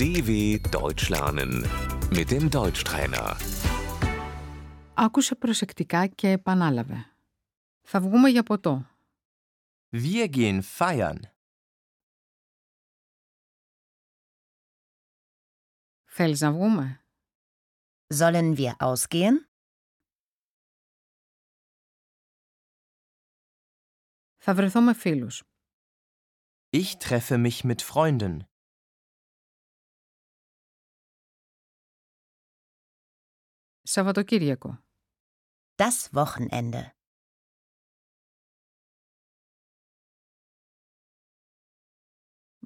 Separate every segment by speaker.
Speaker 1: DW Deutsch lernen mit dem Deutschtrainer.
Speaker 2: Άκουσε προσεκτικά και επανάλαβε. Θα βγούμε για ποτό.
Speaker 3: Wir gehen feiern.
Speaker 2: Θέλεις να βγούμε?
Speaker 4: Sollen wir ausgehen?
Speaker 2: Θα βρεθώ με φίλους.
Speaker 3: Ich treffe mich mit Freunden.
Speaker 2: Σαββατοκύριακο.
Speaker 4: Das Wochenende.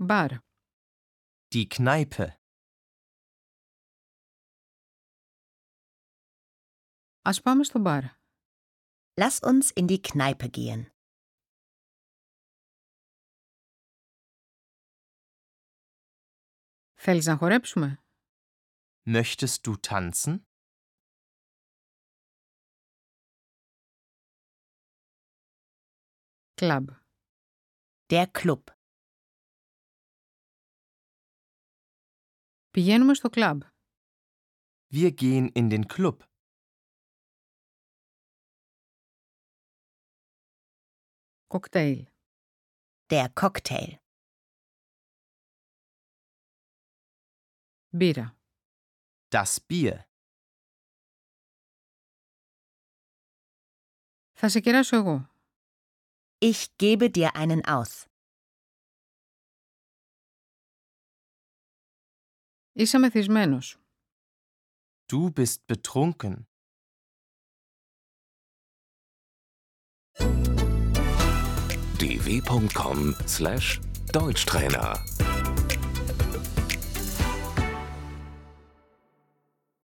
Speaker 2: Μπαρ.
Speaker 3: Die Kneipe.
Speaker 2: Ας πάμε στο μπαρ.
Speaker 4: Lass uns in die Kneipe gehen.
Speaker 2: Θέλεις να χορέψουμε?
Speaker 3: Möchtest du tanzen?
Speaker 2: Κλαμπ.
Speaker 4: Der Club.
Speaker 2: Πηγαίνουμε στο κλαμπ.
Speaker 3: Wir gehen in den Club.
Speaker 2: Κοκτέιλ.
Speaker 4: Der Cocktail.
Speaker 2: Μπύρα.
Speaker 3: Das Bier.
Speaker 2: Θα σε κεράσω εγώ.
Speaker 4: Ich gebe dir einen aus.
Speaker 2: Είσαι μεθυσμένος.
Speaker 3: Du bist betrunken.
Speaker 1: dw.com/deutschtrainer